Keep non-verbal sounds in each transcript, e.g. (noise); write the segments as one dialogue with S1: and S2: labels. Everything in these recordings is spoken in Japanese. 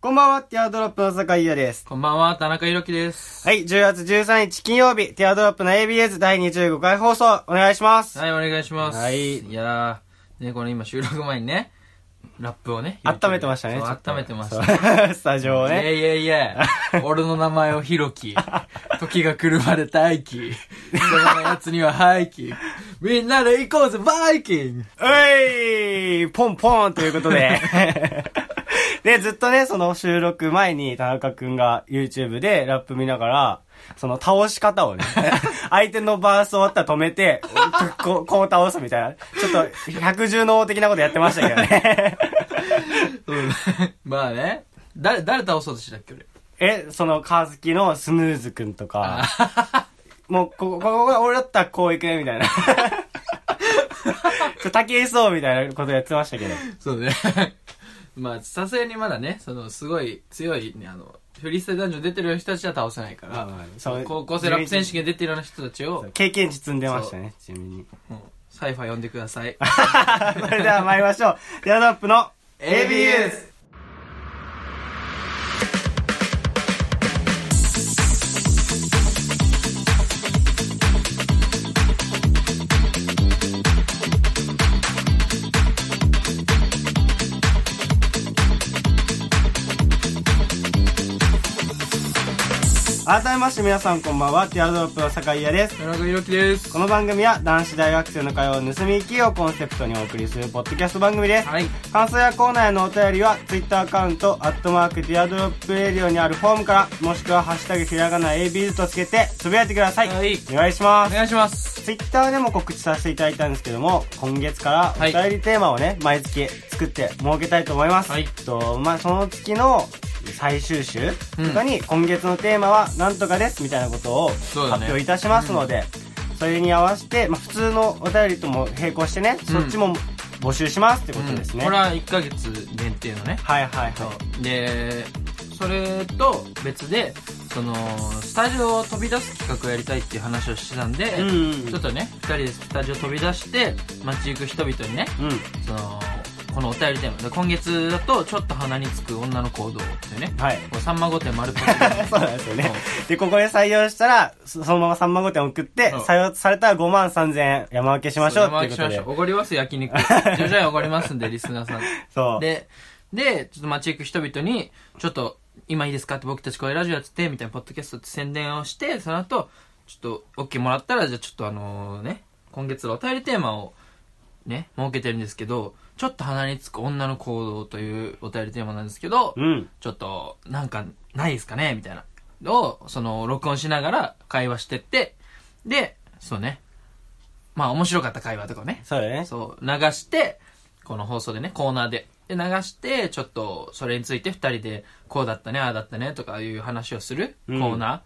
S1: こんばんは、ティアドロップの坂井優です。
S2: こんばんは、田中裕樹です。
S1: はい、10月13日金曜日、ティアドロップの ABS 第25回放送、お願いします。
S2: はい、お願いします。
S1: はい
S2: いやー、ね、この今収録前にね、ラップをね、
S1: 温めてましたね。
S2: そう
S1: ちょっと
S2: 温めてました。
S1: た。 (laughs) スタジオを
S2: いや
S1: ね。
S2: いやいや、
S1: (laughs)
S2: 俺の名前をひろき、時が来るまで待機、そのやつには廃棄、みんなで行こうぜ、バイキング (laughs)
S1: ういポンポンということで。 (laughs) で、ずっとね、その収録前に田中くんが YouTube でラップ見ながら、その倒し方
S2: (laughs)
S1: をね、相手のバース終わったら止めて、こう、こう倒すみたいな。ちょっと、百獣の王的なことやってましたけどね。
S2: まあね、誰、誰倒そうとしたっけ、俺。
S1: え、その、カズキのスヌーズくんとか、もう、ここ、ここが俺だったらこう行くね、み
S2: (laughs)
S1: たいな。ちょ、竹井壮みたいなことやってましたけど。
S2: そうね。 (laughs) まあ、さすがにまだね、その、すごい強い、ね、あの、フリースタイル男女出てる人たちは倒せないから、
S1: はい
S2: その高校生ラップ選手権出てるような人たちを、
S1: 経験値積んでましたね、ちなみに。
S2: もうサイファー呼んでくだ
S1: (laughs)
S2: さい。
S1: それでは参りましょう。デアドアップの ABS! 改めまして皆さんこんばんは、ティアドロップの坂井優です。
S2: 村上裕樹です。
S1: この番組は男子大学生の会話を盗み聞きをコンセプトにお送りするポッドキャスト番組です。
S2: はい。
S1: 感想やコーナーへのお便りは、ツイッターアカウント、アットマーク、ディアドロップエリオにあるフォームから、もしくは、ハッシュタグ、ひらがな ABZ とつけて、つぶやいてください。
S2: はい
S1: お願いしま
S2: お
S1: す。
S2: 願いします。
S1: ツイッターでも告知させていただいたんですけども、今月から、お
S2: はい
S1: 便りテーマをね、毎月作って設けたいと思います。
S2: はい
S1: と、まあ、その月の最終週とかに、今月のテーマは、なんとかです、みたいなことを発
S2: そうだね
S1: 表いたしますので、それに合わせて、まあ、普通のお便りとも並行してね、そっちも募集しますってことですね。
S2: これは1ヶ月限定のね。
S1: はいはいはい。
S2: で、それと別で、その、スタジオを飛び出す企画をやりたいっていう話をしてたんで、
S1: うんうんうん
S2: ちょっとね、2人でスタジオ飛び出して、街行く人々にね、
S1: うん。
S2: そのこのお便りテーマで今月だとちょっと鼻につく女の行動っていうね、
S1: (laughs) はい
S2: こうさんま御殿丸パクリ
S1: そうなんですよね。で、ここで採用したら、そそのまま3万5点送って、
S2: うん
S1: 採用されたら5万3千円山分けしましょうっていうことで
S2: お。ごりますよ焼肉
S1: (laughs)
S2: 徐々におごりますんでリスナーさん
S1: そう。
S2: ででちょっと街行く人々にちょっと今いいですかって僕たちこういうラジオやっててみたいなポッドキャストって宣伝をしてその後ちょっと OK もらったらじゃあちょっとあのね今月のお便りテーマをね設けてるんですけどちょっと鼻につく女の行動というお便りテーマなんですけど、
S1: うん。
S2: ちょっと、なんか、ないですかねみたいな。を、その、録音しながら会話してって、で、そうね。まあ、面白かった会話とかをね。
S1: そうだね。
S2: そう、流して、この放送でね、コーナーで。で、流して、ちょっと、それについて二人で、こうだったね、ああだったね、とかいう話をするコ
S1: うん
S2: ーナ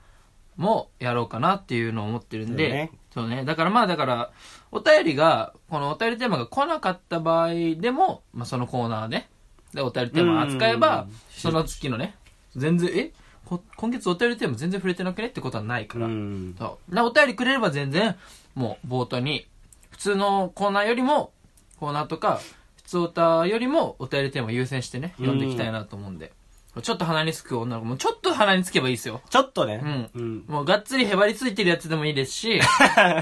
S2: ーもやろうかなっていうのを思ってるんで、
S1: そうね
S2: そうね。だからまあ、だから、お便りが、このお便りテーマが来なかった場合でも、まあ、そのコーナーね、で、お便りテーマ扱え
S1: う
S2: ば
S1: ん、
S2: その月のね、全然、えこ今月お便りテーマ全然触れてなくねってことはないか
S1: う
S2: ら、
S1: ん。
S2: そう。なお便りくれれば全然、もう冒頭に、普通のコーナーよりも、コーナーとか、普通歌よりもお便りテーマを優先してね、
S1: うん
S2: 読んでいきたいなと思うんで。ちょっと鼻につく女の子も、ちょっと鼻につけばいいですよ。
S1: ちょっとね。
S2: うん
S1: うん。
S2: もうがっつりへばりついてるやつでもいいで
S1: (laughs)
S2: すし、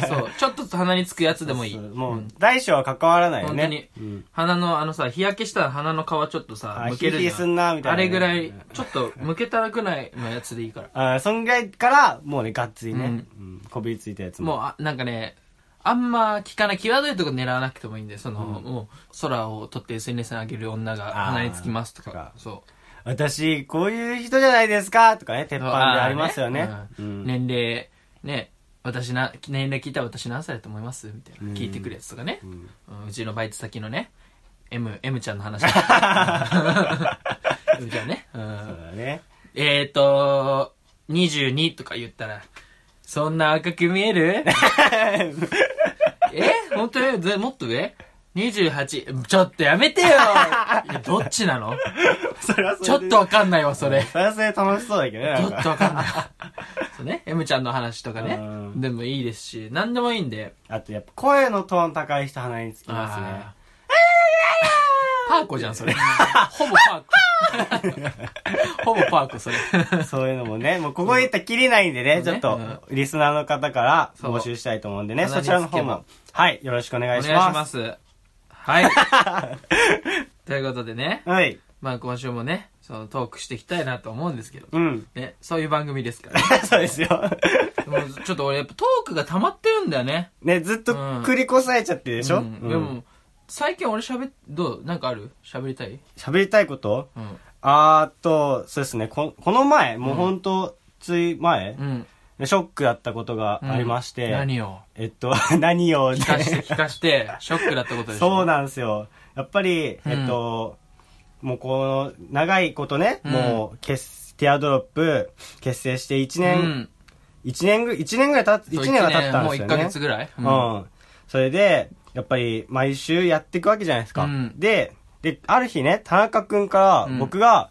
S2: そう、ちょっと鼻につくやつでもいい。
S1: そうも
S2: う、
S1: うん大小は関わらないよね。
S2: 本当
S1: うん。
S2: 鼻のあのさ、日焼けしたら鼻の皮ちょっとさ
S1: あ、
S2: むける
S1: ヒリ
S2: じゃ
S1: ヒリすんなみたいな
S2: あれぐらい、ちょっとむけたらくないのやつでいいから。
S1: あーそんぐらいから、もうね、がっつりね、
S2: う
S1: うんんこびりついたやつも。
S2: もうあ、なんかね、あんま聞かない、際どいとこ狙わなくてもいいんで、その、もう、空を撮って SNS に上げる女が
S1: あー
S2: 鼻につきますと
S1: とか
S2: か、そう。
S1: 私、こういう人じゃないですかとかね、鉄板で
S2: ー
S1: ありますよね。う
S2: う
S1: ん
S2: ん年齢、ね、私な、年齢聞いたら私何歳だと思いますみたいな。聞いてくるやつとかね。うんうちのバイト先のね、M、M ちゃんの
S1: (laughs)
S2: 話。M ちゃんね。うん
S1: そうだね。 (laughs)
S2: えーと、22とか言ったら、そんな赤く見えるえ本当にぜもっと上 ?28。ちょっとやめてよいやどっちなの
S1: それはそれ
S2: ちょっ
S1: で
S2: とわかんないわ、それ。
S1: それはそれで楽しそうだけどね。
S2: ち
S1: な
S2: ょ
S1: んか
S2: っとわかんないわ。そうね。M ちゃんの話とか
S1: う
S2: ね。
S1: ん
S2: でもいいですし、何でもいいんで。
S1: あとやっぱ声のトーン高い人鼻につきますね。
S2: あーパーコじゃん、それ。ほぼパーほぼパーク、それ。
S1: そういうのもね、もうここで言ったら切りないんでね、ち
S2: そう
S1: ょ
S2: ね
S1: っと、リスナーの方から
S2: そう
S1: 募集したいと思うんでね、
S2: 鼻
S1: そ
S2: に
S1: ちらの方
S2: つけば
S1: も、はい、よろしくお願いします。
S2: お願いします。
S1: (laughs)
S2: はい。ということでね、
S1: はい。
S2: まあ今週もね、そのトークしていきたいなと思うんですけど、
S1: うん。 (laughs)
S2: ね、そういう番組ですから。
S1: そうですよ。 (laughs)
S2: でもちょっと俺やっぱトークが溜まってるんだよね。
S1: ね、ずっと繰り越されちゃってるでしょ、
S2: う
S1: うんん
S2: でも、最近俺喋っ、どうなんかある喋りたい
S1: 喋りたいこと
S2: うん。
S1: あーっと、そうですね、ここの前、もうほんと、つい前、
S2: うん。
S1: ショックだったことがありまして、
S2: 何を
S1: えっと、 (laughs) 何を、
S2: 聞か
S1: (laughs)
S2: して聞かして、ショックだったことでしょ
S1: そうなんですよ。やっぱり、
S2: うん
S1: えっと、もうこの、長いことね、
S2: うん
S1: もう、結、ティアドロップ、結成して1
S2: う
S1: 年、
S2: ん。
S1: 一年ぐ、一年ぐらい経つ、
S2: そう
S1: 一年は経ったん
S2: もう
S1: ですよ
S2: 1
S1: ね。
S2: ヶ月ぐらい、
S1: うん。それで、やっぱり、毎週やっていくわけじゃないですか。
S2: うん
S1: で、で、ある日ね、田中くんか
S2: う
S1: ら
S2: ん、
S1: 僕が、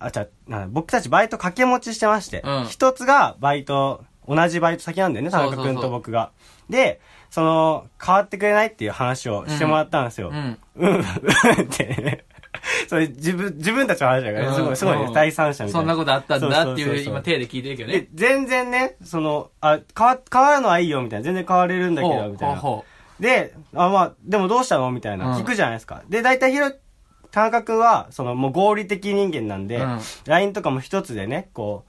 S1: あ、じゃあなんだ僕たちバイト掛け持ちしてまして
S2: うん、
S1: 一、つがバイト、同じバイト先なんだよね、田
S2: そうそう
S1: 中
S2: そう
S1: くんと僕が。で、その、変わってくれないっていう話をしてもらったんですよ。
S2: う。
S1: うんん、
S2: うん。
S1: うん、うんって (laughs) ね。それ自分、自分たちの話だからね、すごい、すごいね、
S2: うん
S1: 第三者みた
S2: そ
S1: い
S2: ん
S1: な
S2: な。ことあったんだって
S1: そうそう
S2: い、
S1: そううそう
S2: 今、手で聞いてるけどね
S1: で。全然ね、その、あ、変わ、変わるのはいいよ、みたいな。全然変われるんだけ
S2: ほ
S1: ど、
S2: う
S1: み
S2: ほ
S1: たいうな。
S2: ほ
S1: で、あ、まあ、でもどうしたのみたいな、
S2: うん
S1: 聞くじゃないですか。で、大体ひろ、田中君は、その、もう合理的人間なんで、
S2: うん
S1: LINE とかも一つでね、こ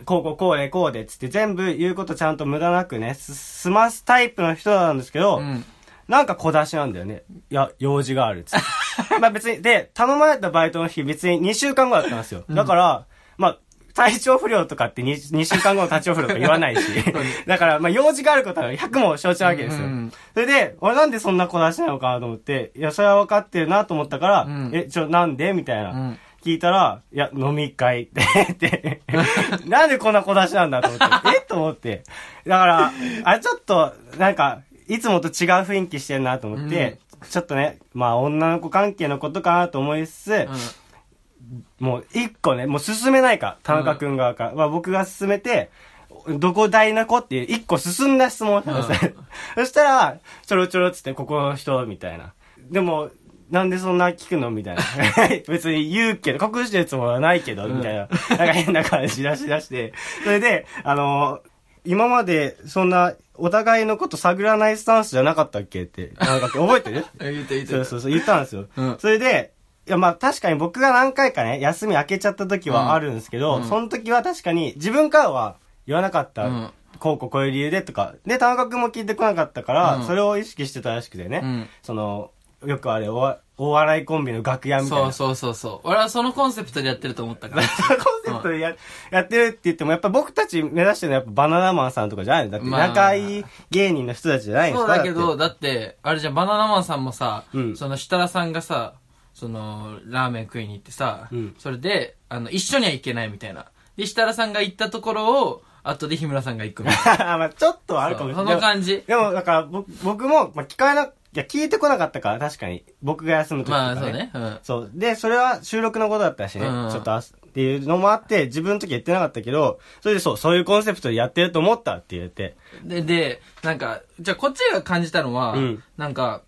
S1: う、こうこうこうでこうでっつって全部言うことちゃんと無駄なくね、す済ますタイプの人なんですけど、
S2: う。うん。
S1: なんか小出しなんだよね。いや、用事があるっつって。
S2: (laughs)
S1: まあ別に、で、頼まれたバイトの日別に2週間後だったんですよ。だから、まあ、体調不良とかって 2, 週間後の体調不良とか言わない
S2: (laughs)
S1: し。だから、まあ用事があることは100も承知なわけですよ。
S2: うんうん
S1: それで、俺なんでそんな小出しなのかなと思って、いや、それは分かってるなと思ったから、
S2: うん
S1: え、ちょ、なんでみたいな。
S2: うん
S1: 聞いたら、いや、飲み会 (laughs) って言って、なんでこんな小出しなんだと思って、えと思って。だから、あれちょっと、なんか、いつもと違う雰囲気してるなと思って、ちょっとね、まあ女の子関係のことかなと思いつつ、もう一個ね、もう進めないから、田中くん側から。まあ僕が進めて、どこ大な子っていう一個進んだ質問をしたんですよ (laughs) そしたら、ちょろちょろっつって、ここの人、みたいな。でも、なんでそんな聞くのみたいな。 (laughs) 別に言うけど、隠してるつもりはないけど、みたいな。なんか変な感じ出し出して。それで、あの今までそんなお互いのこと探らないスタンスじゃなかったっけって、田中君覚えてる
S2: うん。言うて言うて。
S1: そうそうそう、言ったんですよ。
S2: うん
S1: それで、いやまあ確かに僕が何回かね、休み明けちゃった時はあるんですけど、
S2: うん
S1: その時は確かに自分からは言わなかった。
S2: うん
S1: こうこうこういう理由でとか。で、田中君も聞いてこなかったから、
S2: うん
S1: それを意識してたらしくてね。
S2: うん
S1: その、よくあれおわ、お笑いコンビの楽屋みたい
S2: そ
S1: な。
S2: うそうそうそう。俺はそのコンセプトでやってると思ったから。
S1: (laughs) コンセプトでや,、やってるって言っても、やっぱ僕たち目指してるのはやっぱバナナマンさんとかじゃないのだって
S2: まあ
S1: 仲いい芸人の人たちじゃないんです
S2: そう
S1: か
S2: だけ
S1: だっ
S2: ど、
S1: て (laughs)
S2: だって、あれじゃん、バナナマンさんもさ、
S1: うん
S2: その設楽さんがさ、その、ラーメン食いに行ってさ、
S1: うん
S2: それで、あの、一緒には行けないみたいな。で、設楽さんが行ったところを、後で日村さんが行くみたい
S1: まあちょっとはあ
S2: な。
S1: るかもし
S2: そ
S1: れな
S2: うそ
S1: い。
S2: の感じ。
S1: でも、だから、僕僕も、まあ、聞かな、いや、聞いてこなかったから、確かに。僕が休む時と
S2: ま
S1: か、ね。
S2: あ、そうね。うん。
S1: そう。で、それは収録のことだったしね。
S2: うんうん
S1: ちょっとあす、っていうのもあって、自分の時は言ってなかったけど、それでそう、そういうコンセプトでやってると思ったって言って。
S2: で、で、なんか、じゃあこっちが感じたのは、
S1: うん
S2: なんか、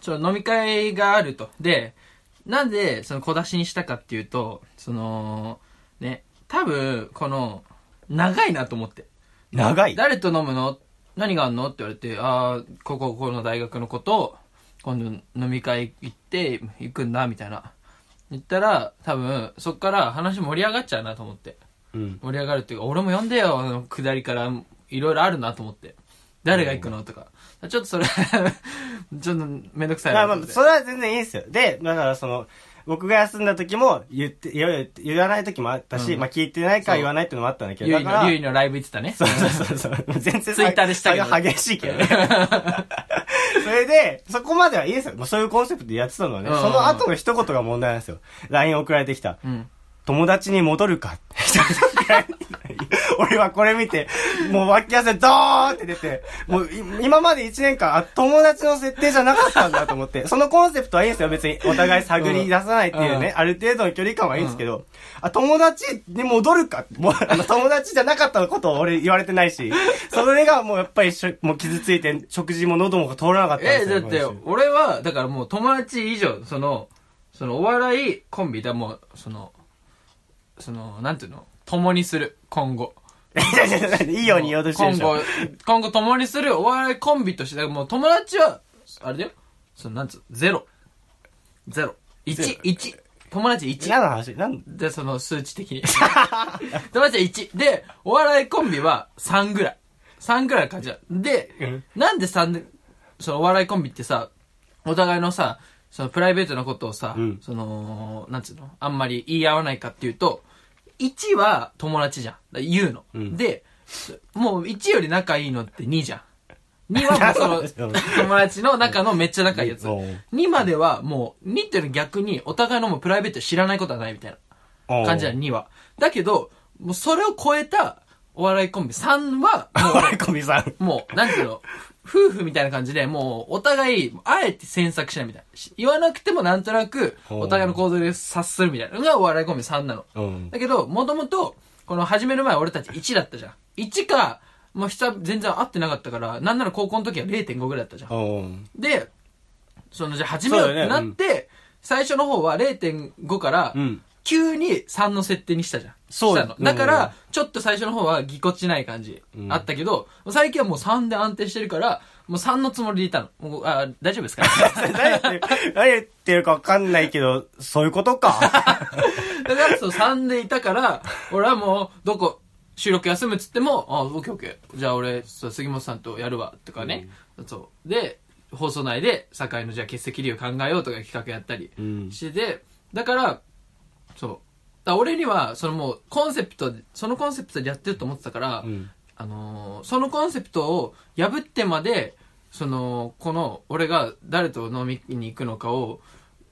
S2: ちょ、飲み会があると。で、なんで、その小出しにしたかっていうと、その、ね、多分、この、長いなと思って。
S1: 長い。
S2: 誰と飲むの何があんのって言われて、ああ、ここ、ここの大学の子と、今度飲み会行って、行くんだ、みたいな。言ったら、多分、そっから話盛り上がっちゃうなと思って。
S1: うん。
S2: 盛り上がるっていうか、俺も呼んでよ、あの、下りから、いろいろあるなと思って。誰が行くのとか。ちょっとそれ、ち (laughs) ょっとめんどくさい
S1: ま
S2: な
S1: あ
S2: と
S1: ま
S2: 思っ
S1: あ、
S2: て。
S1: それは全然いいんですよ。で、だからその、僕が休んだ時も、言って、いろいろ言わない時もあったし、
S2: うん
S1: まあ聞いてないから
S2: そう
S1: 言わないっていうのもあったんだけど、
S2: ゆ
S1: だ
S2: い
S1: か
S2: の、
S1: ら
S2: ゆ、いのライブ行ってたね。
S1: そうそうそうそう。 (laughs) 全然
S2: Twitter でしたけど
S1: 差が激しいけどね。 (laughs) それで、そこまではいいですよ。もうそういうコンセプトでやってたのはね、
S2: うんうんうん
S1: その後の一言が問題なんですよ。LINE 送られてきた。
S2: うん。
S1: 友達に戻るか。 (laughs) 俺はこれ見て、もう脇汗ドーンって出て、もうい今まで1年間、あ、友達の設定じゃなかったんだと思って、そのコンセプトはいいんですよ。別にお互い探り出さないっていう
S2: うんう
S1: ね、ある程度の距離感はいいんですけど、あ、友達に戻るか。もう、あの、友達じゃなかったことを俺言われてないし、それがもうやっぱりしょ、もう傷ついて、食事も喉も通らなかったんで
S2: え、
S1: す
S2: だ
S1: よ。
S2: って
S1: 今週、
S2: 俺は、だからもう友達以上、その、そのお笑いコンビだ、もう、その、その、なんていうの共にする、今後。
S1: (laughs) いいように言おうとしてるでしょ。
S2: 今後、今後共にするお笑いコンビとして、だからもう友達は、あれだよ。その、なんつう、ゼロ。ゼロ。
S1: ゼ
S2: 一
S1: ロ、
S2: 一。友達一。
S1: 何の話何
S2: で、その数値的に。 (laughs) 友達は1。で、お笑いコンビは3ぐらい。3ぐらいの感じだ。で、
S1: うん
S2: なんで3で、そのお笑いコンビってさ、お互いのさ、そのプライベートなことをさ、
S1: うん
S2: その、なんつうの、あんまり言い合わないかっていうと、1は友達じゃん。だ言うの、
S1: うん
S2: で、もう1より仲いいのって2じゃん。2は
S1: (laughs)
S2: もうその、友達の中のめっちゃ仲いいやつ。
S1: うん
S2: 2まではもう、2っていうのは逆にお互いのもうプライベート知らないことはないみたいな。感じなの、2は。だけど、もうそれを超えたお笑いコンビ3は、
S1: (laughs) お笑いコンビさん。
S2: もう、なんていうの、夫婦みたいな感じで、もう、お互い、あえて詮索しないみたいな。し言わなくてもなんとなく、
S1: ほう
S2: お互いの行動で察するみたいなのがお笑いコンビ3なの。
S1: うん。
S2: だけど、もともと、この始める前俺たち1だったじゃん。1か、もう久々全然会ってなかったから、なんなら高校の時は0.5ぐらいだったじゃん。
S1: うん。
S2: で、そのじゃあ始めようってなって、最初の方は0.5から
S1: うん、
S2: 急に3の設定にしたじゃん。
S1: そう
S2: したの
S1: うん
S2: だから、ちょっと最初の方はぎこちない感じ、
S1: うん
S2: あったけど、最近はもう3で安定してるから、もう3のつもりでいたの。もうあ大丈夫ですか (laughs)
S1: 誰言ってる、誰言ってるかわかんないけど、そういうことか。
S2: だからそう3でいたから、俺はもう、どこ、収録休むっつっても、あ、オッケーオッケー。じゃあ俺、そう杉本さんとやるわ、とかね。そう。で、放送内で、酒井のじゃあ欠席理由考えようとか企画やったり。
S1: うん。
S2: してて、だから、そう。だから俺には、そのもう、コンセプト、そのコンセプトでやってると思ってたから、
S1: うん
S2: あのーそのコンセプトを破ってまで、その、この、俺が誰と飲みに行くのかを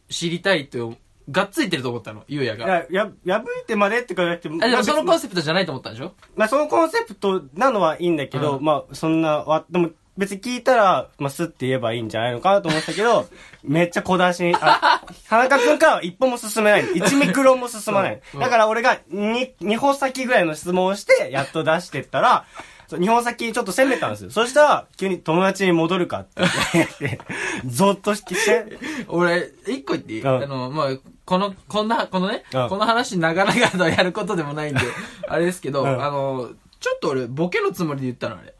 S2: 知りたいと、がっついてると思ったの、ゆう
S1: (laughs)
S2: や
S1: い
S2: が。
S1: や、や、破いてまでってか、だって、
S2: あ、でもそのコ
S1: まあ
S2: ンセプトじゃないと思ったんでしょ
S1: まあそのコンセプトなのはいいんだけど、
S2: う
S1: まあそんな、わ、でも別に聞いたら、まあスッて言えばいいんじゃないのかなと思ったけど、めっちゃ小出しに、あ、田中くんからは一歩も進めない。一ミクロンも進まない。
S2: うん
S1: だから俺が二、二歩先ぐらいの質問をして、やっと出してったら、そう二本先ちょっと攻めたんですよ。そしたら、急に友達に戻るかって言って、ゾッとして、
S2: (laughs) 俺、一個言っていい、
S1: うん
S2: あの、まあ、この、こんな、このね、
S1: うん
S2: この話長々とやることで
S1: (laughs)
S2: もないんで、あれですけど、
S1: うん
S2: あの、ちょっと俺、ボケのつもりで言ったの、あれ。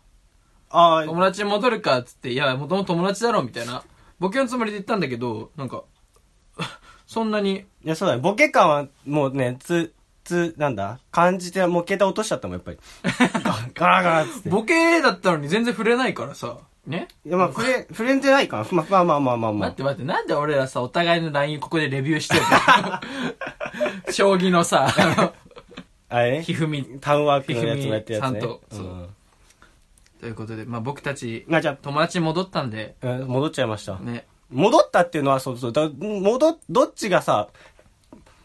S1: ああ、
S2: 友達に戻るかっつって、いや、もともと友達だろ、みたいな。ボケのつもりで言ったんだけど、なんか、 (laughs) そんなに、
S1: いや、そうだね。ボケ感は、もうね、つ、つ、なんだ感じて、もう携帯落としちゃったもん、やっ
S2: (laughs)
S1: ぱり。ガラガラっつって。
S2: ボケだったのに全然触れないからさ、ね
S1: いや、まあ、触れ、触れんでないか。まあ、まあまあまあまあま
S2: 待っ
S1: あ。
S2: て待って、なんで俺らさ、お互いの LINE ここでレビュ
S1: (laughs)
S2: ーしてるの将棋のさ、あの
S1: あれ
S2: ひ
S1: ね
S2: ふみ。
S1: タウンワークのやつもやってるやつね。
S2: ひふみさんとそう
S1: うん
S2: ということで、まあ僕たち、
S1: まあ、じゃ
S2: 友達に戻ったんで、
S1: あ、うん戻っちゃいました。
S2: ね、
S1: 戻ったっていうのは、そうそう。だ戻っ、どっちがさ、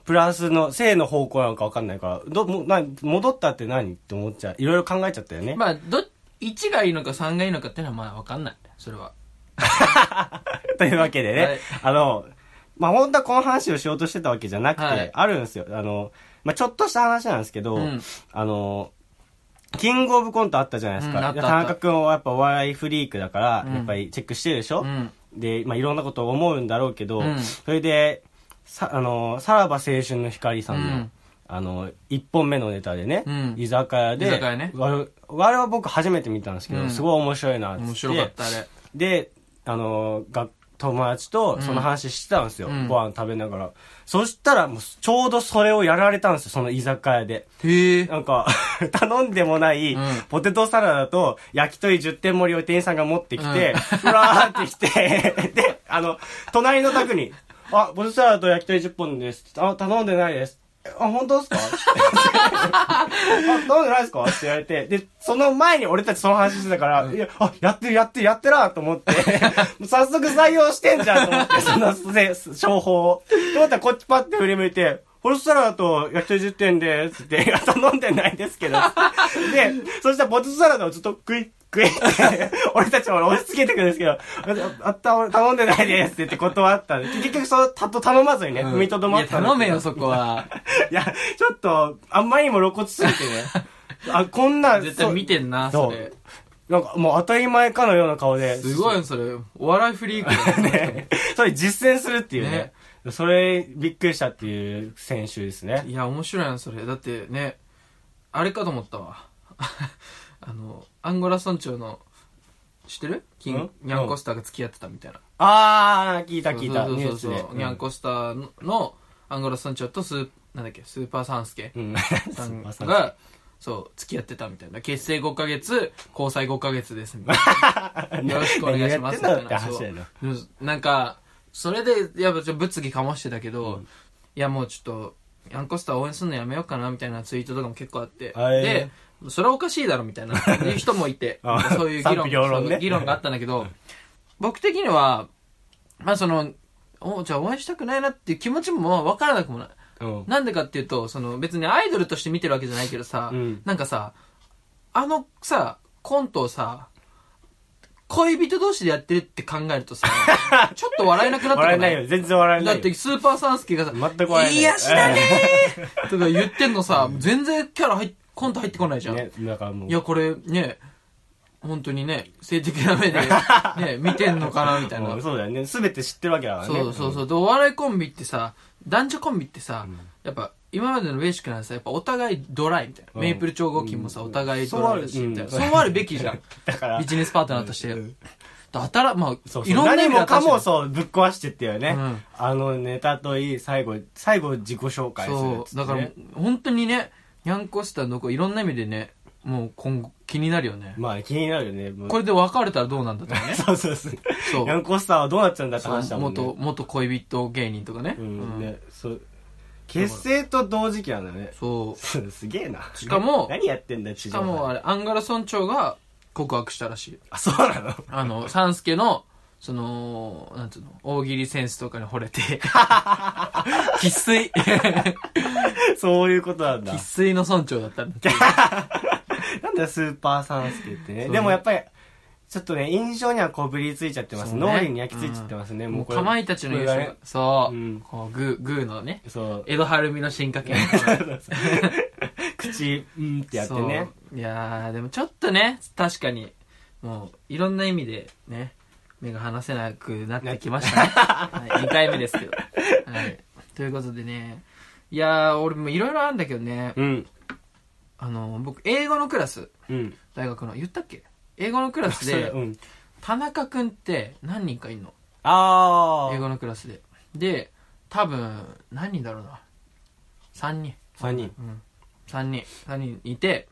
S1: プラスの、正の方向なのか分かんないから、ど、もな戻ったって何って思っちゃう。いろいろ考えちゃったよね。
S2: まあ、ど、1がいいのか3がいいのかってのはまあわかんない。それは。
S1: (laughs) というわけでね、
S2: はい
S1: あの、まあ、本当はこの話をしようとしてたわけじゃなくて、
S2: はい
S1: あるんですよ。あの、まあ、ちょっとした話なんですけど、
S2: うん
S1: あの、キングオブコントあったじゃないですか。
S2: うんあった
S1: で田中君はやっぱお笑いフリークだから、
S2: うん
S1: やっぱりチェックしてるでしょ、
S2: うん。
S1: で、まあ、いろんなことを思うんだろうけど、
S2: うん
S1: それで、さ、あの、さらば青春の光さんの、
S2: うん
S1: あの、一本目のネタでね、
S2: うん
S1: 居酒屋で、
S2: 居酒屋ね
S1: 我々我々は僕初めて見たんですけど、
S2: うん
S1: すごい面白いなってって
S2: 面白かった、あれ。
S1: で、あのー、が友達とその話してたんですよ。
S2: うん
S1: ご飯食べながら。そしたら、もうちょうどそれをやられたんですよ、その居酒屋で。
S2: へえ。
S1: なんか、 (laughs) 頼んでもない
S2: うん、
S1: ポテトサラダと、焼き鳥10点盛りを店員さんが持ってきて、うわーってきて、 (laughs) で、あの、隣の宅に、あ、ポテトサラダと焼き鳥10本です。あ、頼んでないです。えあ、本当ですかあ、頼んでないですか (laughs) って言われて、で、その前に俺たちその話してたから、いや、あ、やってるやってるやってらと思
S2: (laughs)
S1: って、もう早速採用してんじゃんと思って、そのせ、商法を。と思ったらこっちパッて振り向いて、ホルスタラダと焼き鳥10点ですって、いや頼んでないですけど。で、そしたらポテトサラダをずっと食い、食いって、俺たちも押し付けてくるんですけど、あああた、頼んでないですって言って断ったんで、結局その、たと頼まずにね、踏みとどまった
S2: い
S1: んですけ
S2: や、
S1: ど
S2: 頼めよ、そこ
S1: (laughs)
S2: は。
S1: いや、ちょっと、あんまりにも露骨すぎてね。あ、こんな、
S2: 絶対見てんな、
S1: そ
S2: そうれ。
S1: なんかもう当たり前かのような顔で。
S2: すごい
S1: い。
S2: よそれ。お笑いフリークだよ。
S1: それ実践するっていうね。
S2: ね
S1: それ、びっくりしたっていう選手ですね。
S2: いや、面白いな、それ。だってね、あれかと思ったわ。 (laughs) あの、アンゴラ村長の、知ってるキン
S1: ん、
S2: ニャンコスターが付き合ってたみたいな。
S1: あー、聞いた聞いた。
S2: そう
S1: ニ
S2: そ
S1: ュ
S2: う
S1: ース
S2: そう
S1: で
S2: そう。。ニャンコスターの、アンゴラ村長とスー、なんだっけ、スーパーサンスケ
S1: うん。
S2: さん
S1: うん。
S2: が、そう、付き合ってたみたいな。結成5ヶ月、交際5ヶ月です、
S1: (laughs)
S2: みたいな。よろしくお願いします
S1: 何やってんだって話やな。
S2: そうなんか、それで、やっぱちょっと物議かもしてたけど、いやもうちょっと、ヤンコスター応援するのやめようかなみたいなツイートとかも結構あって、
S1: あえ
S2: で、それはおかしいだろみた
S1: (laughs)
S2: いないう人もいて
S1: あ、
S2: そういう議論
S1: 賛否両論ね
S2: そう議論があったんだけど、僕的には、まあその、おじゃあ応援したくないなっていう気持ちもまあ分からなくもない。
S1: うん。
S2: なんでかっていうと、その別にアイドルとして見てるわけじゃないけどさ、
S1: うん
S2: なんかさ、あのさ、コントをさ、恋人同士でやってるって考え
S1: (laughs)
S2: るとさ、ちょっと笑えなくなってこ
S1: 笑えないよ。全然笑えな
S2: だ
S1: い
S2: っ
S1: よ。
S2: てスーパーサンスケがさ、
S1: 全く笑えない
S2: 癒しだね
S1: (laughs)
S2: ーとか言ってんのさ、全然キャラ入っコント入ってこないじゃん。
S1: ね、だからもう
S2: い。や、これね、本当にね、性的な目で、ね、見てんのかなみたいな
S1: もう。そうだよね。すべて知ってるわけだからね。
S2: そうそうそう。で、お笑いコンビってさ、男女コンビってさ、やっぱ、今までのベーシックなのさ、やっぱお互いドライみたいな。
S1: うん
S2: メイプル超合金もさ、お互いドライだし、みたいな。
S1: そ
S2: そ
S1: あ
S2: う
S1: るうん
S2: うあるべきじゃん。
S1: だから。
S2: ビジネスパートナーとして。
S1: う
S2: だから、まあ、
S1: そうそう
S2: いろんな意味
S1: 何
S2: で
S1: もか
S2: 私
S1: も
S2: は
S1: そう、ぶっ壊してってよね。
S2: うん
S1: あのネタといい、最後、最後自己紹介するっ
S2: そ
S1: つ
S2: う。
S1: ってね
S2: だから、本当にね、ニャンコスターの子、いろんな意味でね、もう今後気になるよね。
S1: まあ気になるよね。もう
S2: これで別れたらどうなんだとかね。
S1: (laughs) そうそうそう。
S2: そう
S1: ヤンコスターはどうなっちゃうんだって話
S2: そ
S1: だ
S2: う
S1: もんね。
S2: 元、元恋人芸人とかね。
S1: うん、
S2: うん
S1: ね、そう。結成と同時期なんだね。
S2: そう。
S1: すすげえな。
S2: しかも
S1: (laughs) 何やってんだ、し
S2: しかもあれ、アンガラ村長が告白したらしい。
S1: あ、そうなの (laughs)
S2: あの、サンスケの、その、なんつうの、大喜利センスとかに惚
S1: (laughs)
S2: れて、喫水、 (laughs)
S1: そういうことなんだ
S2: 喫。水の村長だったんだって。
S1: なんだよスーパーサンスケってね。
S2: そう
S1: でもやっぱり、ちょっとね、印象にはこうぶりついちゃってます。
S2: そうね
S1: 脳裏に焼き付いちゃってますね。
S2: もう、
S1: これ
S2: かまいたちの優勝
S1: これ
S2: が、そう、
S1: うん
S2: こう、グー、グーのね、
S1: がそう。
S2: 江戸晴美の
S1: (laughs)
S2: 進化系。 (laughs)
S1: 口、うんってやってね。
S2: そう。いやー、でもちょっとね、確かに、もう、いろんな意味でね、目が離せなくなってき
S1: (laughs)
S2: ましたね。はい、2回目ですけど。はい。ということでね、いやー、俺もいろいろあるんだけどね、
S1: うん。
S2: あの、僕、英語のクラス、
S1: うん。
S2: 大学の言ったっけ英語のクラス
S1: それ
S2: で
S1: うん。
S2: 田中君って何人かいんの
S1: あ
S2: 英
S1: ー。
S2: 語のクラスでで多分何人だろうな3人
S1: 3人。
S2: うん3人3人いて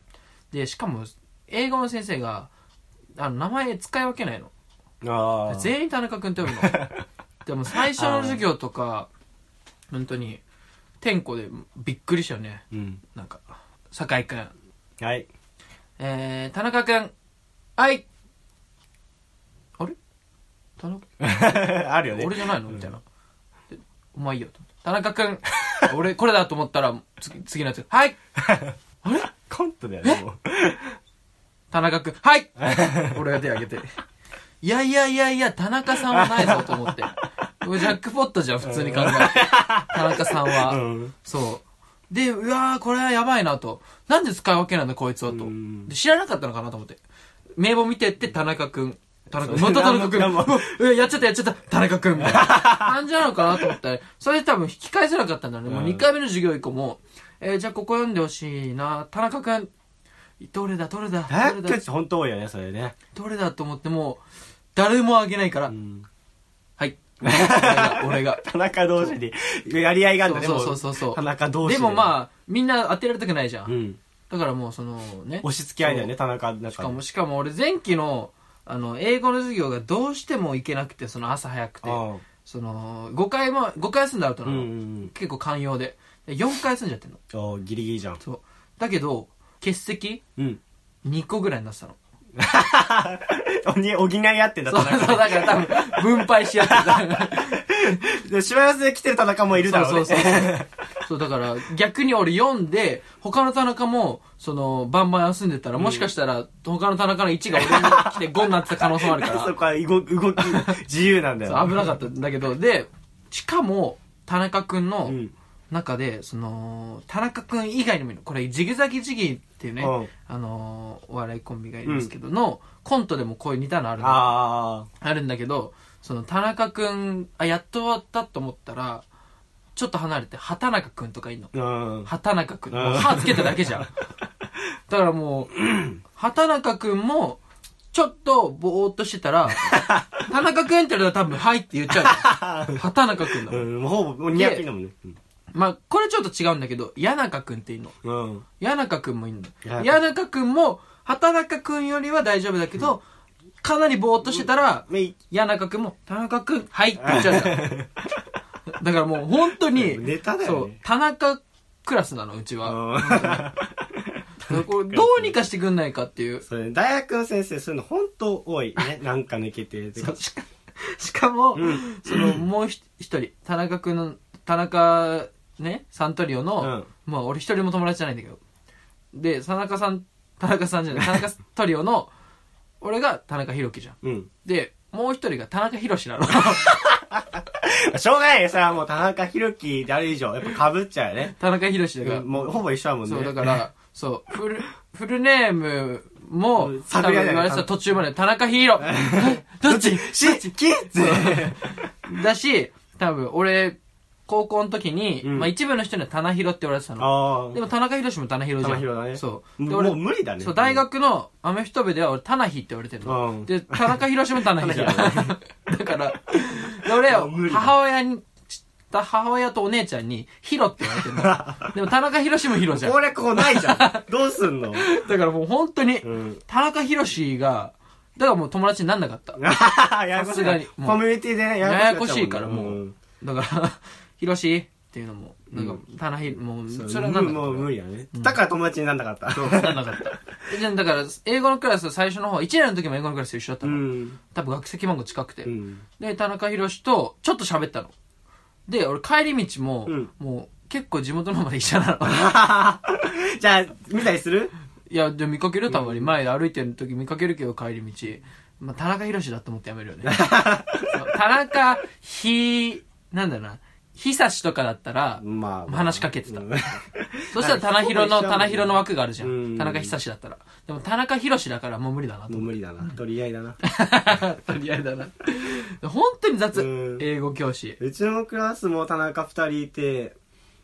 S2: でしかも英語の先生があの名前使い分けないの
S1: あー。
S2: 全員田中君って呼
S1: (laughs)
S2: ぶのでも最初の授業とか本当に点呼でびっくりしたよね
S1: うん。
S2: なんか酒井君 (laughs)
S1: はい。
S2: えー、田中くん。はい。あれ田中、
S1: あるよね。
S2: 俺じゃないのみたいな。でお前いいよと思って。田中くん。 (laughs) 俺、これだと思ったら、次、次のやつ。はい。
S1: コントだよね、もう。
S2: 田中くん。
S1: (laughs)
S2: はい。俺が手挙げて。いやいやいやいや、田中さんはないぞと
S1: (laughs)
S2: 思って。これジャックポットじゃん、普通に考えて。田中さんは。
S1: うん
S2: そう。で、うわー、これはやばいなと。なんで使い分けなんだ、こいつはと
S1: うん。
S2: で知らなかったのかなと思って。名簿見てって、田中くん。田中くん。
S1: そう
S2: また田中くん。
S1: なん
S2: う
S1: も
S2: わうわやっちゃった、やっちゃった。田中くん。
S1: (laughs)
S2: みたいな感じなのかなと思ったら、それで多分引き返せなかったんだよね。もう
S1: うん
S2: 2回目の授業以降も、えーじゃあここ読んでほしいな。田中くん。どれだ、どれだ、
S1: タ
S2: ど
S1: ッ
S2: れ
S1: ク
S2: だ
S1: っ、て本当多いよね、それね。
S2: どれだと思っても、誰もあげないから、
S1: うん。
S2: はい。俺が、俺
S1: (laughs)
S2: が。
S1: 田中同士にやり合いがあるんだね、
S2: そう
S1: も
S2: そうそうそう
S1: 田中同士
S2: でも
S1: あ。
S2: まあ、みんな当てられたくないじゃん
S1: う。ん。
S2: だからもうそのね。
S1: 押し付け合いだよね、田中の中で。し
S2: そう。しかも、しかも俺前期の、あの、英語の授業がどうしても行けなくて、その朝早くて。その、5回も、5回休んだ後
S1: う。
S2: なん
S1: う
S2: の。
S1: ん。
S2: 結構寛容で。4回休んじゃってんの。
S1: おーギリギリじゃん。
S2: そう。だけど、欠席 (laughs)
S1: うん。
S2: 2個ぐらいになってたの。
S1: に補い合ってんだ、
S2: そう
S1: 田
S2: そ
S1: 中。
S2: う、だから多分、分配し合ってた。
S1: で、しわ寄せで来てる田中 (laughs) もいるだろうね。
S2: そうそうそう。そう、だから、逆に俺読んで、他の田中も、その、バンバン休んでたら、もしかしたら、他の田中の1が俺に来て5になってた可能性もあるか
S1: (laughs)
S2: ら
S1: そ。こは動き、動き、自由なんだよ。
S2: そう危なかったんだけど、で、しかも、田中くんの
S1: うん
S2: 中で、その、田中くん以外にもいる、これ、ジグザギジギーっていうね、
S1: うん
S2: あのーお笑いコンビがいるんですけど、の、コントでもこういう似たのあるの
S1: あ
S2: あるんだけど、その、田中くん、あ、やっと終わったと思ったら、ちょっと離れて、畑中くんとかいんの。
S1: うん。
S2: 畑中くん。
S1: うん
S2: もう歯つけただけじゃん。だからもう、 (clears throat) 畑中くんも、ちょっとぼーっとしてたら、 (laughs) 田中くんって言ったら多分、はいって言っち
S1: (laughs)
S2: ゃうの。畑中くんだも。
S1: うんん、もうほぼ、もう200品だもんね。
S2: まあ、これちょっと違うんだけど、谷中くんっていうの。
S1: うん。うん
S2: 谷中くんもいるんだ。
S1: 谷中
S2: 谷中くんも、畑中くんよりは大丈夫だけど、かなりぼーっとしてたら、
S1: めい。
S2: 谷中くんも、田中くん、はいって言っちゃうじゃ
S1: (laughs)
S2: ん。だからもう本当に、
S1: ネタだ
S2: そ
S1: よ
S2: う
S1: ね。、
S2: 田中クラスなの、うち
S1: う
S2: は。 (laughs)
S1: ん。
S2: これどうにかしてくんないかっていう。
S1: それ、大学の先生、そういうの本当多い
S2: (laughs)
S1: ね。なんか抜けて。てか
S2: しかしかも、
S1: うん
S2: その、もうひ一人、田中くんの、田中、ね、サントリオの、まあ俺一人も友達じゃないんだけど。で、田中さん、田中さんじゃない、田中トリオの、俺が田中宏樹じゃん。
S1: うん。
S2: で、もう一人が田中宏なの。 (laughs)
S1: しょうがないよ、それはもう田中宏樹である以上、やっぱ被っちゃうよね。
S2: 田中宏だから、
S1: もうほぼ一緒だもんね。
S2: そう、だから、そう、フル、フルネームも
S1: うん、
S2: 多
S1: 探
S2: 分
S1: り合いだ
S2: 言
S1: よ
S2: われてた途中まで、田中ヒーロ
S1: (laughs)
S2: ー。えどっち
S1: し、キッズ
S2: だし、多分、俺、高校の時に、
S1: うん
S2: まあ一部の人には棚広って言われてたの。
S1: ああ。
S2: でも田中広も棚広じゃん。
S1: 棚広だね
S2: そう。で、
S1: もうもう
S2: 俺、
S1: 無理だね。
S2: そう、大学のアメフト部では俺、棚広って言われてる
S1: う
S2: の
S1: ん。
S2: で、田中広も棚広じ
S1: 棚
S2: ゃん。 (laughs) だから、で俺
S1: もう無理、だ
S2: 母親に、ち母親とお姉ちゃんに、広って言われてる
S1: (laughs)
S2: の。でも田中広も広じゃん。
S1: 攻略法ない
S2: (laughs)
S1: じゃん。どうすんの
S2: だからもう本当に
S1: う、ん。
S2: 田中宏が、だからもう友達になんなかった。
S1: (laughs) ややこしいな。
S2: さすがに
S1: コミュニティでね、
S2: ややこしいから
S1: う
S2: も
S1: ん
S2: う。だから、 (laughs) 宏っていうのも、なんか、田中宏、もう、それはなんなかった。
S1: もう無理だね。だから友達になんなかった。
S2: そうなん
S1: (laughs)
S2: なかった。じゃあだから、英語のクラス最初の方、1年の時も英語のクラス一緒だった
S1: う
S2: の。
S1: ん。
S2: 多分学籍番号近くて
S1: う。
S2: (laughs)
S1: ん。
S2: で、田中宏と、ちょっと喋ったの。で、俺帰り道も
S1: うん、
S2: もう、結構地元の方まで一
S1: (laughs)
S2: 緒なの。
S1: じゃあ、見たりする
S2: いや、でも見かけるたまに前歩いてる時見かけるけど帰り道。まあ、田中宏だと思ってやめる
S1: (laughs)
S2: よね。そう田中、ひ、なんだろうな、ひさしとかだったら、
S1: まあ。
S2: 話しかけてた
S1: うん
S2: そしたら田中宏の、田中宏の枠があるじゃ
S1: うん
S2: ん。田中久志だったら。でも田中宏だからもう無理だな
S1: もう無理だな。取り合いだな。
S2: と。 (laughs) とりあえずだな。本当に雑
S1: うん。
S2: 英語教師。
S1: うちのクラスも田中二人いて、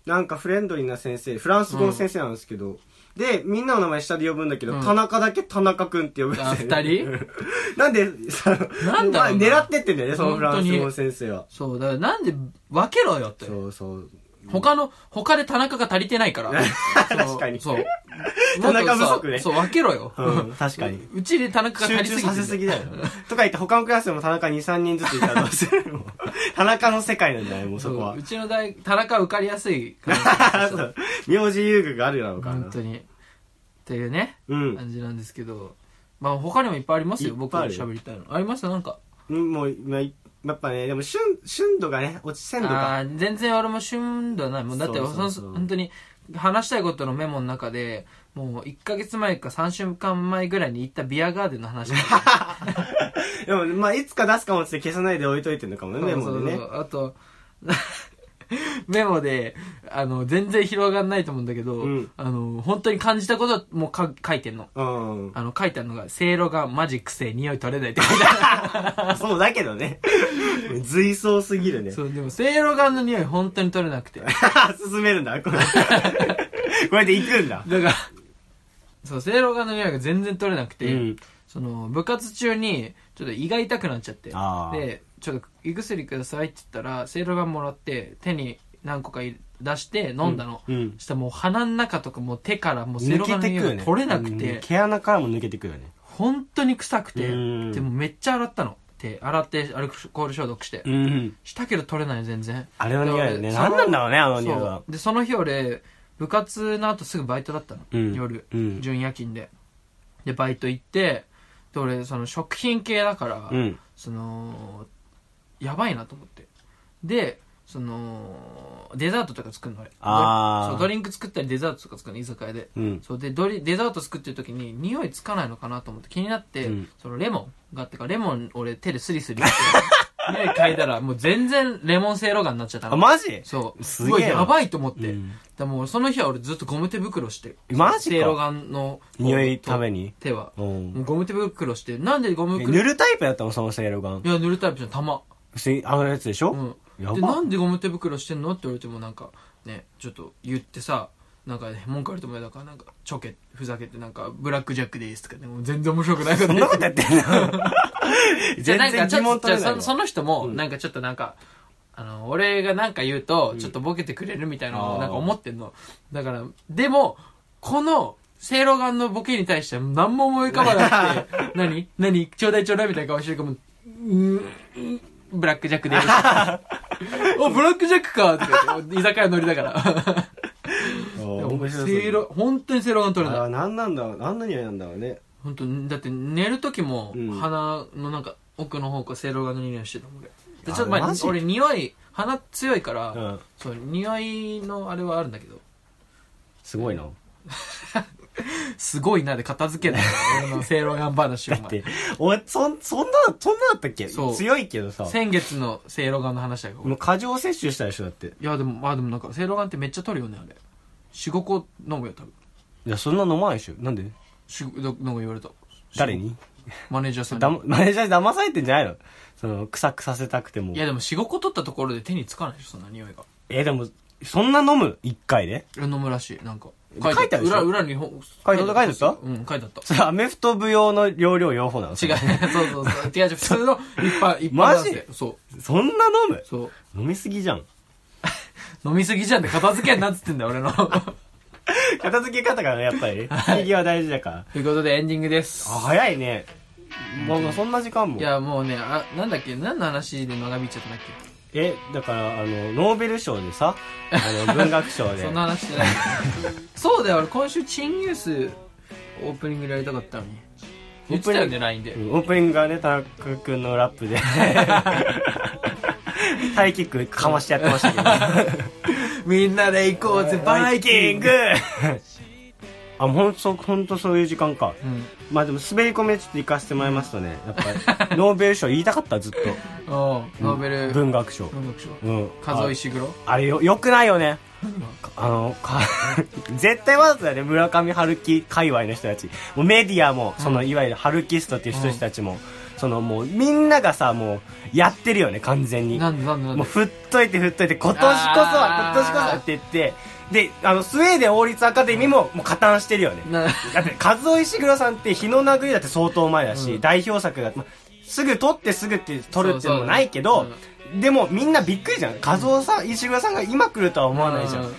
S1: なんかフレンドリーな先生、フランス語の先生なんですけど、で、みんなの名前下で呼ぶんだけど、
S2: うん
S1: 田中だけ田中くんって呼ぶんですよ
S2: あ二人
S1: (laughs) なんで、さ、
S2: なんだろうな
S1: 狙ってってんだよね、そのフランス語の先生は。
S2: そう、だからなんで分けろよって。
S1: そうそう。
S2: 他の、他で田中が足りてないから。その
S1: 確かに
S2: そう。
S1: (laughs) 田中不足ね
S2: もっとさそう、分けろよ。
S1: うん、確かに。
S2: (laughs) うちで田中が
S1: 集
S2: 足
S1: 中
S2: りすぎて
S1: さ
S2: ん
S1: せすぎだよ。 (laughs) とか言って他のクラスでも田中2、3人ずついたらどうするも
S2: (laughs)
S1: う田中の世界なんじゃないもう
S2: そ
S1: そうこは
S2: う。ちの大田中受かりやすいから
S1: そう (laughs) 名字遊具があるなのかな
S2: 本。当にというね
S1: うん。
S2: 感じなんですけどまあ他にもいっぱいありますよ
S1: いっ
S2: 僕
S1: ぱいあるよ
S2: 喋りたいのありますなんか
S1: うん、もう、まあ、やっぱね、でも、旬、旬度がね、落ち、鮮度が。
S2: あー全然俺も旬ではないもうだって
S1: そうそうそう
S2: その本当に話したいことのメモの中でもう1ヶ月前か3週間前ぐらいに行ったビアガーデンの話
S1: (laughs) でも、まあ、いつか出すかもって消さないで置いといてるのかもね、メ
S2: そうそ
S1: モ
S2: う
S1: で
S2: そ
S1: ね。
S2: うあと (laughs) メモであの全然広がんないと思うんだけど、
S1: うん
S2: あの本当に感じたこともか書いてんの (laughs)
S1: うん。
S2: あの、書いてあるのが、せいろがマジくせえ匂い取れないって書いてあ
S1: そうだけどね。 (laughs) 随想すぎるね (laughs)
S2: (laughs) る。。そう、でも、せいろがの匂い本当に取れなくて。だか
S1: 進めるんだ、これ。 (laughs) これで行くんだ。
S2: ら、そう、せいろがの匂いが全然取れなくて、
S1: うん
S2: その、部活中に、ちょっと胃が痛くなっちゃって
S1: あ、ー
S2: で、ちょっと胃薬くださいって言ったら、せいろがもらって、手に何個かい出して飲んだの。
S1: うんうん
S2: そしたらもう鼻の中とかもう手からもうせい
S1: 抜
S2: ろが
S1: けて
S2: の
S1: く
S2: 匂
S1: よ
S2: い
S1: ね。
S2: が取れなく
S1: うん
S2: て、
S1: 毛穴からも抜けてくよね。
S2: 本当に臭くて、
S1: うん
S2: でもめっちゃ洗ったの。手、洗って、アルコール消毒して。
S1: うん。
S2: したけど取れない全然
S1: あれの匂いよね。
S2: だ
S1: 何
S2: から
S1: なんだろうね、あの
S2: そ
S1: 匂い
S2: の
S1: は
S2: そ。うでその日俺部活の後すぐバイトだったの、
S1: うん
S2: 夜、
S1: うん
S2: 純夜勤ででバイト行ってで俺その食品系だから、
S1: うん。
S2: そのやばいなと思ってでそのデザートとか作るの俺
S1: あー
S2: そうドリンク作ったりデザートとか作るの居酒屋で
S1: うん。
S2: そうでドリデザート作ってる時に匂いつかないのかなと思って気になって、
S1: うん
S2: そのレモンがあってからレモン俺手でスリス
S1: (laughs)
S2: リして匂い嗅いだらもう全然レモンセいろがんになっちゃった
S1: あ、
S2: の、
S1: マジ
S2: そう
S1: す
S2: す
S1: げえ
S2: ごいやばいと思っ
S1: う
S2: て、
S1: ん
S2: でもうその日は俺ずっとゴム手袋して
S1: マジか
S2: セいろがんの
S1: 匂いために。
S2: 手は
S1: う。
S2: もうんゴム手袋してなんでゴム
S1: え
S2: 手
S1: 塗
S2: 袋
S1: るタイプだったの、そのセイロガン
S2: い。や塗るタイプじゃん玉
S1: 普通にあのやつでしょ
S2: うん
S1: や
S2: で
S1: ば
S2: なんでゴム手袋してんのって言われてもなんかねちょっと言ってさなんかね文句あると思うだからなんかちょけふざけてなんかブラックジャックですとかねもう全然面白くないこと
S1: そん
S2: 言
S1: な
S2: って
S1: ことやってん
S2: (laughs)
S1: の
S2: じゃあな
S1: 全然
S2: んかちょ
S1: 疑問
S2: っと
S1: 取れ
S2: じ
S1: ない
S2: ゃあそ
S1: わ
S2: その人も
S1: うん
S2: なんかちょっとなんか、あの俺がなんか言うと
S1: ん
S2: ちょっとボケてくれるみたいなの
S1: あ
S2: を
S1: ー
S2: なんか思ってんの、だからでもこのセイロガンのボケに対しては何も思い浮かばな
S1: (laughs)
S2: くて何何ちょうだいちょうだいみたいな顔してるかもうーんブラックジャックでいいですか
S1: (laughs)
S2: おブラックジャックかって言って居酒屋乗りだから
S1: おー (laughs) 面白そう
S2: セイロ本当にセイロガン取れない
S1: あ何なんだろう何の匂いなんだろうね
S2: 本当にだって寝る時も
S1: うん
S2: 鼻のなんか奥の方からセいろがの匂いしてたもん俺でちょっと
S1: あ
S2: まあ
S1: マジ
S2: 俺匂い鼻強いか
S1: う
S2: ら
S1: ん
S2: そう匂いのあれはあるんだけど
S1: すごいな
S2: すごいなで片付けない俺のセいろがん話をお
S1: だっ
S2: 前
S1: て俺そんそんなそんなだったっけ
S2: そう
S1: 強いけどさ
S2: 先月のセいろがんの話だよ俺
S1: もう過剰摂取したでしょだって
S2: いやでもまあでもなんかセいろがんってめっちゃ取るよねあれ45個飲むよ多分
S1: いやそんな飲まないでしょなんで
S2: しごなんか言われた
S1: 誰に
S2: マネージャーさん
S1: だ
S2: に
S1: ま (laughs) マネージャーに騙されてんじゃないのその臭くさせたくても
S2: いやでも45個取ったところで手につかないでしょそんな匂いが
S1: えでもそんな飲む一回で
S2: 飲むらしいなんか
S1: 書いてあるでしょ
S2: 裏裏にほ
S1: 書いてあった書いてあった
S2: うん書いてあった
S1: それアメフト舞踊の容量用法なの
S2: 違う、そう (laughs) そうそう。違う違う、普通の一般、一般
S1: マ
S2: 男
S1: ジ
S2: 性。そ
S1: そんな飲む
S2: う、そ
S1: 飲みすぎじゃん
S2: う。飲みすぎじゃんって片付けんなっつってんだよ、俺の。 (laughs) と
S1: 片付け方がねやっぱり右は大事だから
S2: いうことでエンディングです
S1: あ。早いねまあまあそんな時間も
S2: いや、もうね、あ、なんだっけ、何の話で長引いちゃったんだっ
S1: えだからあのノーベル賞でさあ
S2: (laughs)
S1: の文学賞
S2: け
S1: で
S2: そんな話じゃない。 (laughs) そうだよ、俺今週チンニュースオープニングでやりたかったのに。言ってたよね、LINE で
S1: う。んオープニングがね田中君のラッ
S2: (laughs)
S1: プでタイキックかましてやってましたけど
S2: みんなで行こうぜ、バイキング
S1: あほんとほんとそういう時間か
S2: うん。
S1: まあでも滑り込みでちょっと行かせてもらいますとねやっぱ
S2: (laughs)
S1: りノーベル賞言いたかったずっと
S2: おうノーベル
S1: 文学賞
S2: 文学賞。
S1: うん
S2: 数石黒
S1: ああれよよくないよねあのか (laughs) 絶対わざとだね村上春樹界隈の人たちもうメディアもその、いわゆる春キストっていう人たちも、そのもうみんながさもうやってるよね完全に
S2: なんでなんでなん
S1: も
S2: で
S1: う振っといて振っといて今年こそは
S2: あー
S1: 今年こそはって言ってであのスウェーデン王立アカデミーももう加担してるよね
S2: な
S1: だって和尾石黒さんって日の殴りだって相当前だし、
S2: うん
S1: 代表作だってますぐ取ってすぐって取るっていうのもないけ
S2: そう
S1: ど
S2: そう
S1: でもみんなびっくりじゃん和尾さん石黒さんが今来るとは思わないじゃん、
S2: うん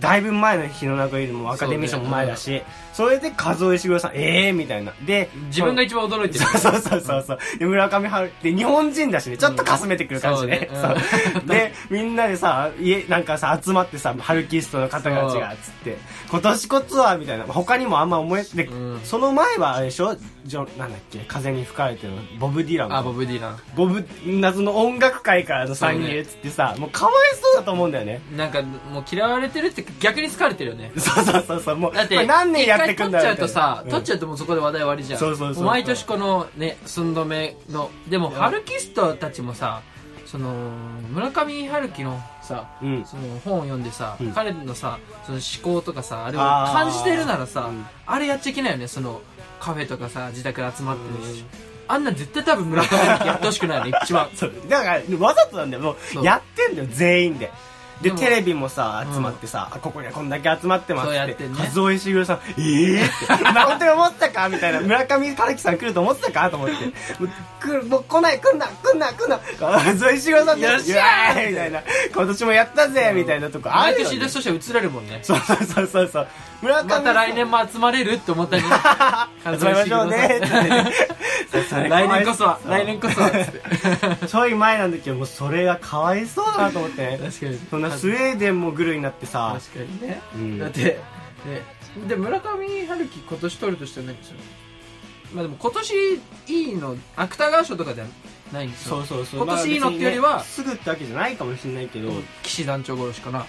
S1: だいぶ前の日の殴りもアカデミー賞も前だしそ,、れで和尾石黒さんええー、みたいなで
S2: 自分が一番驚いてる。
S1: そうそうそうそう。で、村上春樹って日本人だしね、ちょっとかすめてくる感じね。
S2: うん
S1: そ
S2: そううね
S1: で、みんなでさ、家、なんかさ、集まってさ、春キストの方たちが、つって、今年こそは、みたいな。他にもあんま思い、で、
S2: うん
S1: その前はあれでしょジョン、なんだっけ、風に吹かれてるボブ・ディランの。
S2: あ、ボブ・ディラン。
S1: ボブ、謎の音楽界からの参
S2: そう
S1: 入
S2: ね
S1: っつってさ、もうかわいそうだと思うんだよね。
S2: なんかもう嫌われてるって逆に疲れてるよね
S1: そうそうそうそう、もう、
S2: (laughs) だって
S1: これ何年やってくんだよ。
S2: 一回取っちゃうとさ、
S1: みたい
S2: 取
S1: な
S2: っちゃうともうそこで話題終わりじゃん
S1: そうそうそう
S2: も毎年このね寸止めのでもハルキストたちもさその村上春樹のさ
S1: うん。うん
S2: その本を読んでさ、
S1: うん
S2: 彼のさその思考とかさあれを
S1: あー
S2: 感じてるならさあ,、
S1: うん
S2: れやっちゃいけないよねそのカフェとかさ自宅で集まってるし、あんなん絶対多分村上春樹やってほしくないよね一番
S1: (laughs) そうだからわざとなんだよも
S2: そうう
S1: やってんだよ全員でで
S2: でも
S1: テレビもさ集まってさ、あここにはこんだけ集まってます
S2: そうや
S1: っ
S2: っててね
S1: 和尾石黒さん「ええー?」
S2: (laughs)
S1: って「本当に思ってたか?」みたいな村上春樹さん来ると思ってたかと
S2: (laughs)
S1: 思って「もう来るもう来ない来んな来んな来んな和尾石黒さん
S2: よっしゃー
S1: イエーイみたいな「今年もやったぜ」みたいなとこあ
S2: 毎
S1: るよ、
S2: 年
S1: ね
S2: 出、そして映られるもんね
S1: そうそうそうそうそう村上
S2: また来年も集まれるって思ったり集
S1: (laughs) 集まりましょうねって
S2: (laughs)
S1: ねそうそれ
S2: 来年こそ
S1: (laughs)
S2: は
S1: そう
S2: 来年こそ (laughs) はつって
S1: ちょい前なんだけどもうそれがかわいそうだなと思ってね
S2: 確かに
S1: そんなスウェーデンもグルになってさ
S2: 確かにね、
S1: うん
S2: だって、ね、で村上春樹今年取るとしたら何ですよまあでも今年いいの芥川賞とかではないんですよ
S1: そうそうそう
S2: 今年いいのってよりは
S1: まあ別にねすぐってわけじゃないかもしれないけど、
S2: 騎士団長殺しかな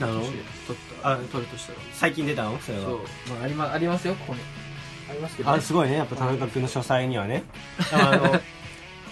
S1: あの
S2: もし取った
S1: あ
S2: 取るとしたら
S1: 最近出たのそれは
S2: そう、まあ、ありまありますよここにありますけど、
S1: あすごいねやっぱ田中君の書斎には (laughs) ねあの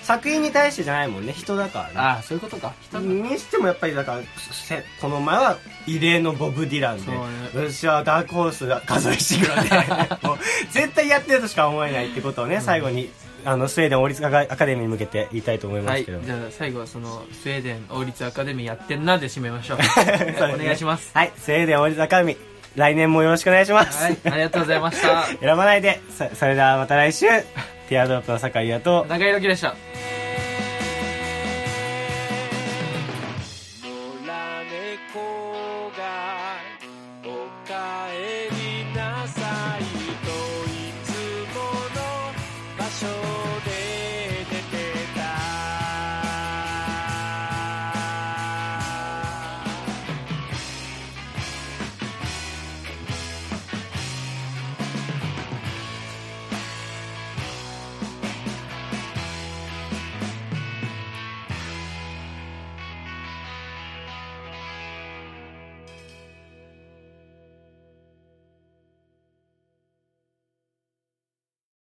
S1: 作品に対してじゃないもんね人だからね
S2: ああそういうことか人が
S1: にしてもやっぱりだからせこの前は異例のボブ・ディランで、
S2: そう
S1: 私はダークホースが数えしてくるのでもう絶対やってるとしか思えないってことをね、最後にあのスウェーデン王立アカアカデミーに向けて言いたいと思いま
S2: はい
S1: すけ
S2: じ
S1: (laughs) ど、
S2: ゃあ最後はそのスウェーデン王立アカデミーやってんなで締めましょう
S1: (laughs) そうです
S2: お
S1: ね
S2: 願いします
S1: (laughs) はい、スウェーデン王立アカデミー、来年もよろしくお願いします。
S2: はいありがとうございました
S1: (laughs) 選ばないで、そそれではまた来週、ティアドロップの酒井だと、
S2: 中井ロキでした
S3: 野良猫